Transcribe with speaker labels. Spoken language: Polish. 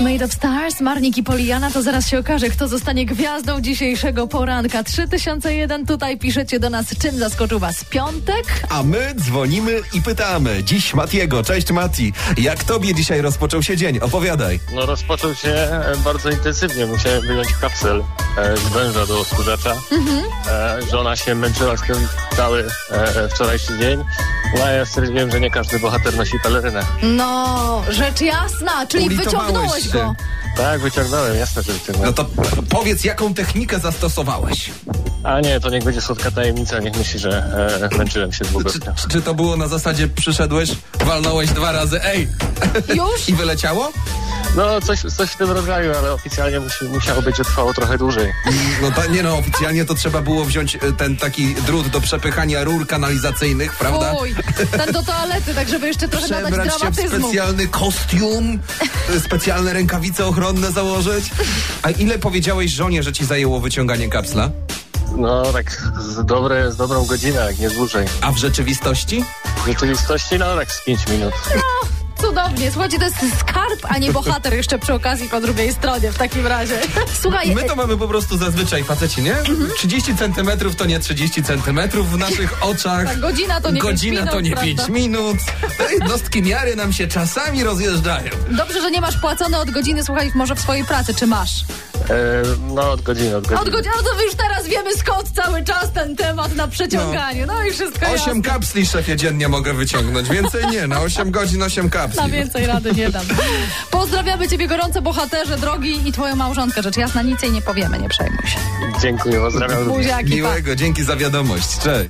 Speaker 1: Made of Stars, Marnik i Poliana, to zaraz się okaże, kto zostanie gwiazdą dzisiejszego poranka. 3001, tutaj piszecie do nas, czym zaskoczył was piątek?
Speaker 2: A my dzwonimy i pytamy. Dziś Matiego. Cześć Mati. Jak tobie dzisiaj rozpoczął się dzień? Opowiadaj.
Speaker 3: No rozpoczął się e, bardzo intensywnie. Musiałem wyjąć kapsel e, z węża do odkurzacza. E, Żona się męczyła z tym cały e, e, wczorajszy dzień. No a ja stwierdziłem, że nie każdy bohater nosi pelerynę.
Speaker 1: No, rzecz jasna, czyli
Speaker 2: Ulitowałeś
Speaker 1: wyciągnąłeś
Speaker 2: się.
Speaker 1: go.
Speaker 3: Tak, wyciągnąłem, jasne, że wyciągnąłem.
Speaker 2: No to powiedz, jaką technikę zastosowałeś?
Speaker 3: A nie, to niech będzie słodka tajemnica, niech myśli, że e, męczyłem się z
Speaker 2: Czy,
Speaker 3: bubelka.
Speaker 2: czy to było na zasadzie przyszedłeś, walnąłeś dwa razy, ej,
Speaker 1: Już?
Speaker 2: i wyleciało?
Speaker 3: No coś, coś w tym rodzaju, ale oficjalnie musi, musiało być, że trwało trochę dłużej.
Speaker 2: No ta, nie no, oficjalnie to trzeba było wziąć e, ten taki drut do przepychania rur kanalizacyjnych, prawda?
Speaker 1: Uj, ten do toalety, tak żeby jeszcze trochę nadać
Speaker 2: Przebrać się w
Speaker 1: dramatyzmu.
Speaker 2: specjalny kostium, e, specjalne rękawice ochronne założyć. A ile powiedziałeś żonie, że ci zajęło wyciąganie kapsla?
Speaker 3: No tak z, dobre, z dobrą godzinę, jak nie dłużej.
Speaker 2: A w rzeczywistości?
Speaker 3: W rzeczywistości no tak z 5 minut.
Speaker 1: Cudownie, słuchajcie, to jest skarb, a nie bohater jeszcze przy okazji po drugiej stronie w takim razie. Słuchaj,
Speaker 2: My to mamy po prostu zazwyczaj faceci, nie?
Speaker 1: Mhm.
Speaker 2: 30 centymetrów to nie 30 centymetrów w naszych oczach.
Speaker 1: Ta Tak, godzina to nie pięć
Speaker 2: Godzina to
Speaker 1: minut,
Speaker 2: nie
Speaker 1: prawda?
Speaker 2: 5 minut. Te Jednostki miary nam się czasami rozjeżdżają.
Speaker 1: dobrze, że nie masz płacone od godziny, słuchaj, może w swojej pracy, czy masz?
Speaker 3: E, no od godziny, od godziny.
Speaker 1: Od godziny, no to już teraz wiemy skąd cały czas ten temat na przeciąganiu, no, i wszystko jasne.
Speaker 2: 8 kapsli szefie dziennie mogę wyciągnąć. Więcej nie, na 8 godzin 8
Speaker 1: Na
Speaker 2: kapsli.
Speaker 1: więcej rady nie dam. Pozdrawiamy ciebie gorąco, bohaterze, drogi i twoją małżonkę. Rzecz jasna, nic jej nie powiemy, nie przejmuj się.
Speaker 3: Dziękuję, pozdrawiam.
Speaker 1: Buziaki, pa.
Speaker 2: Miłego, dzięki za wiadomość. Cześć.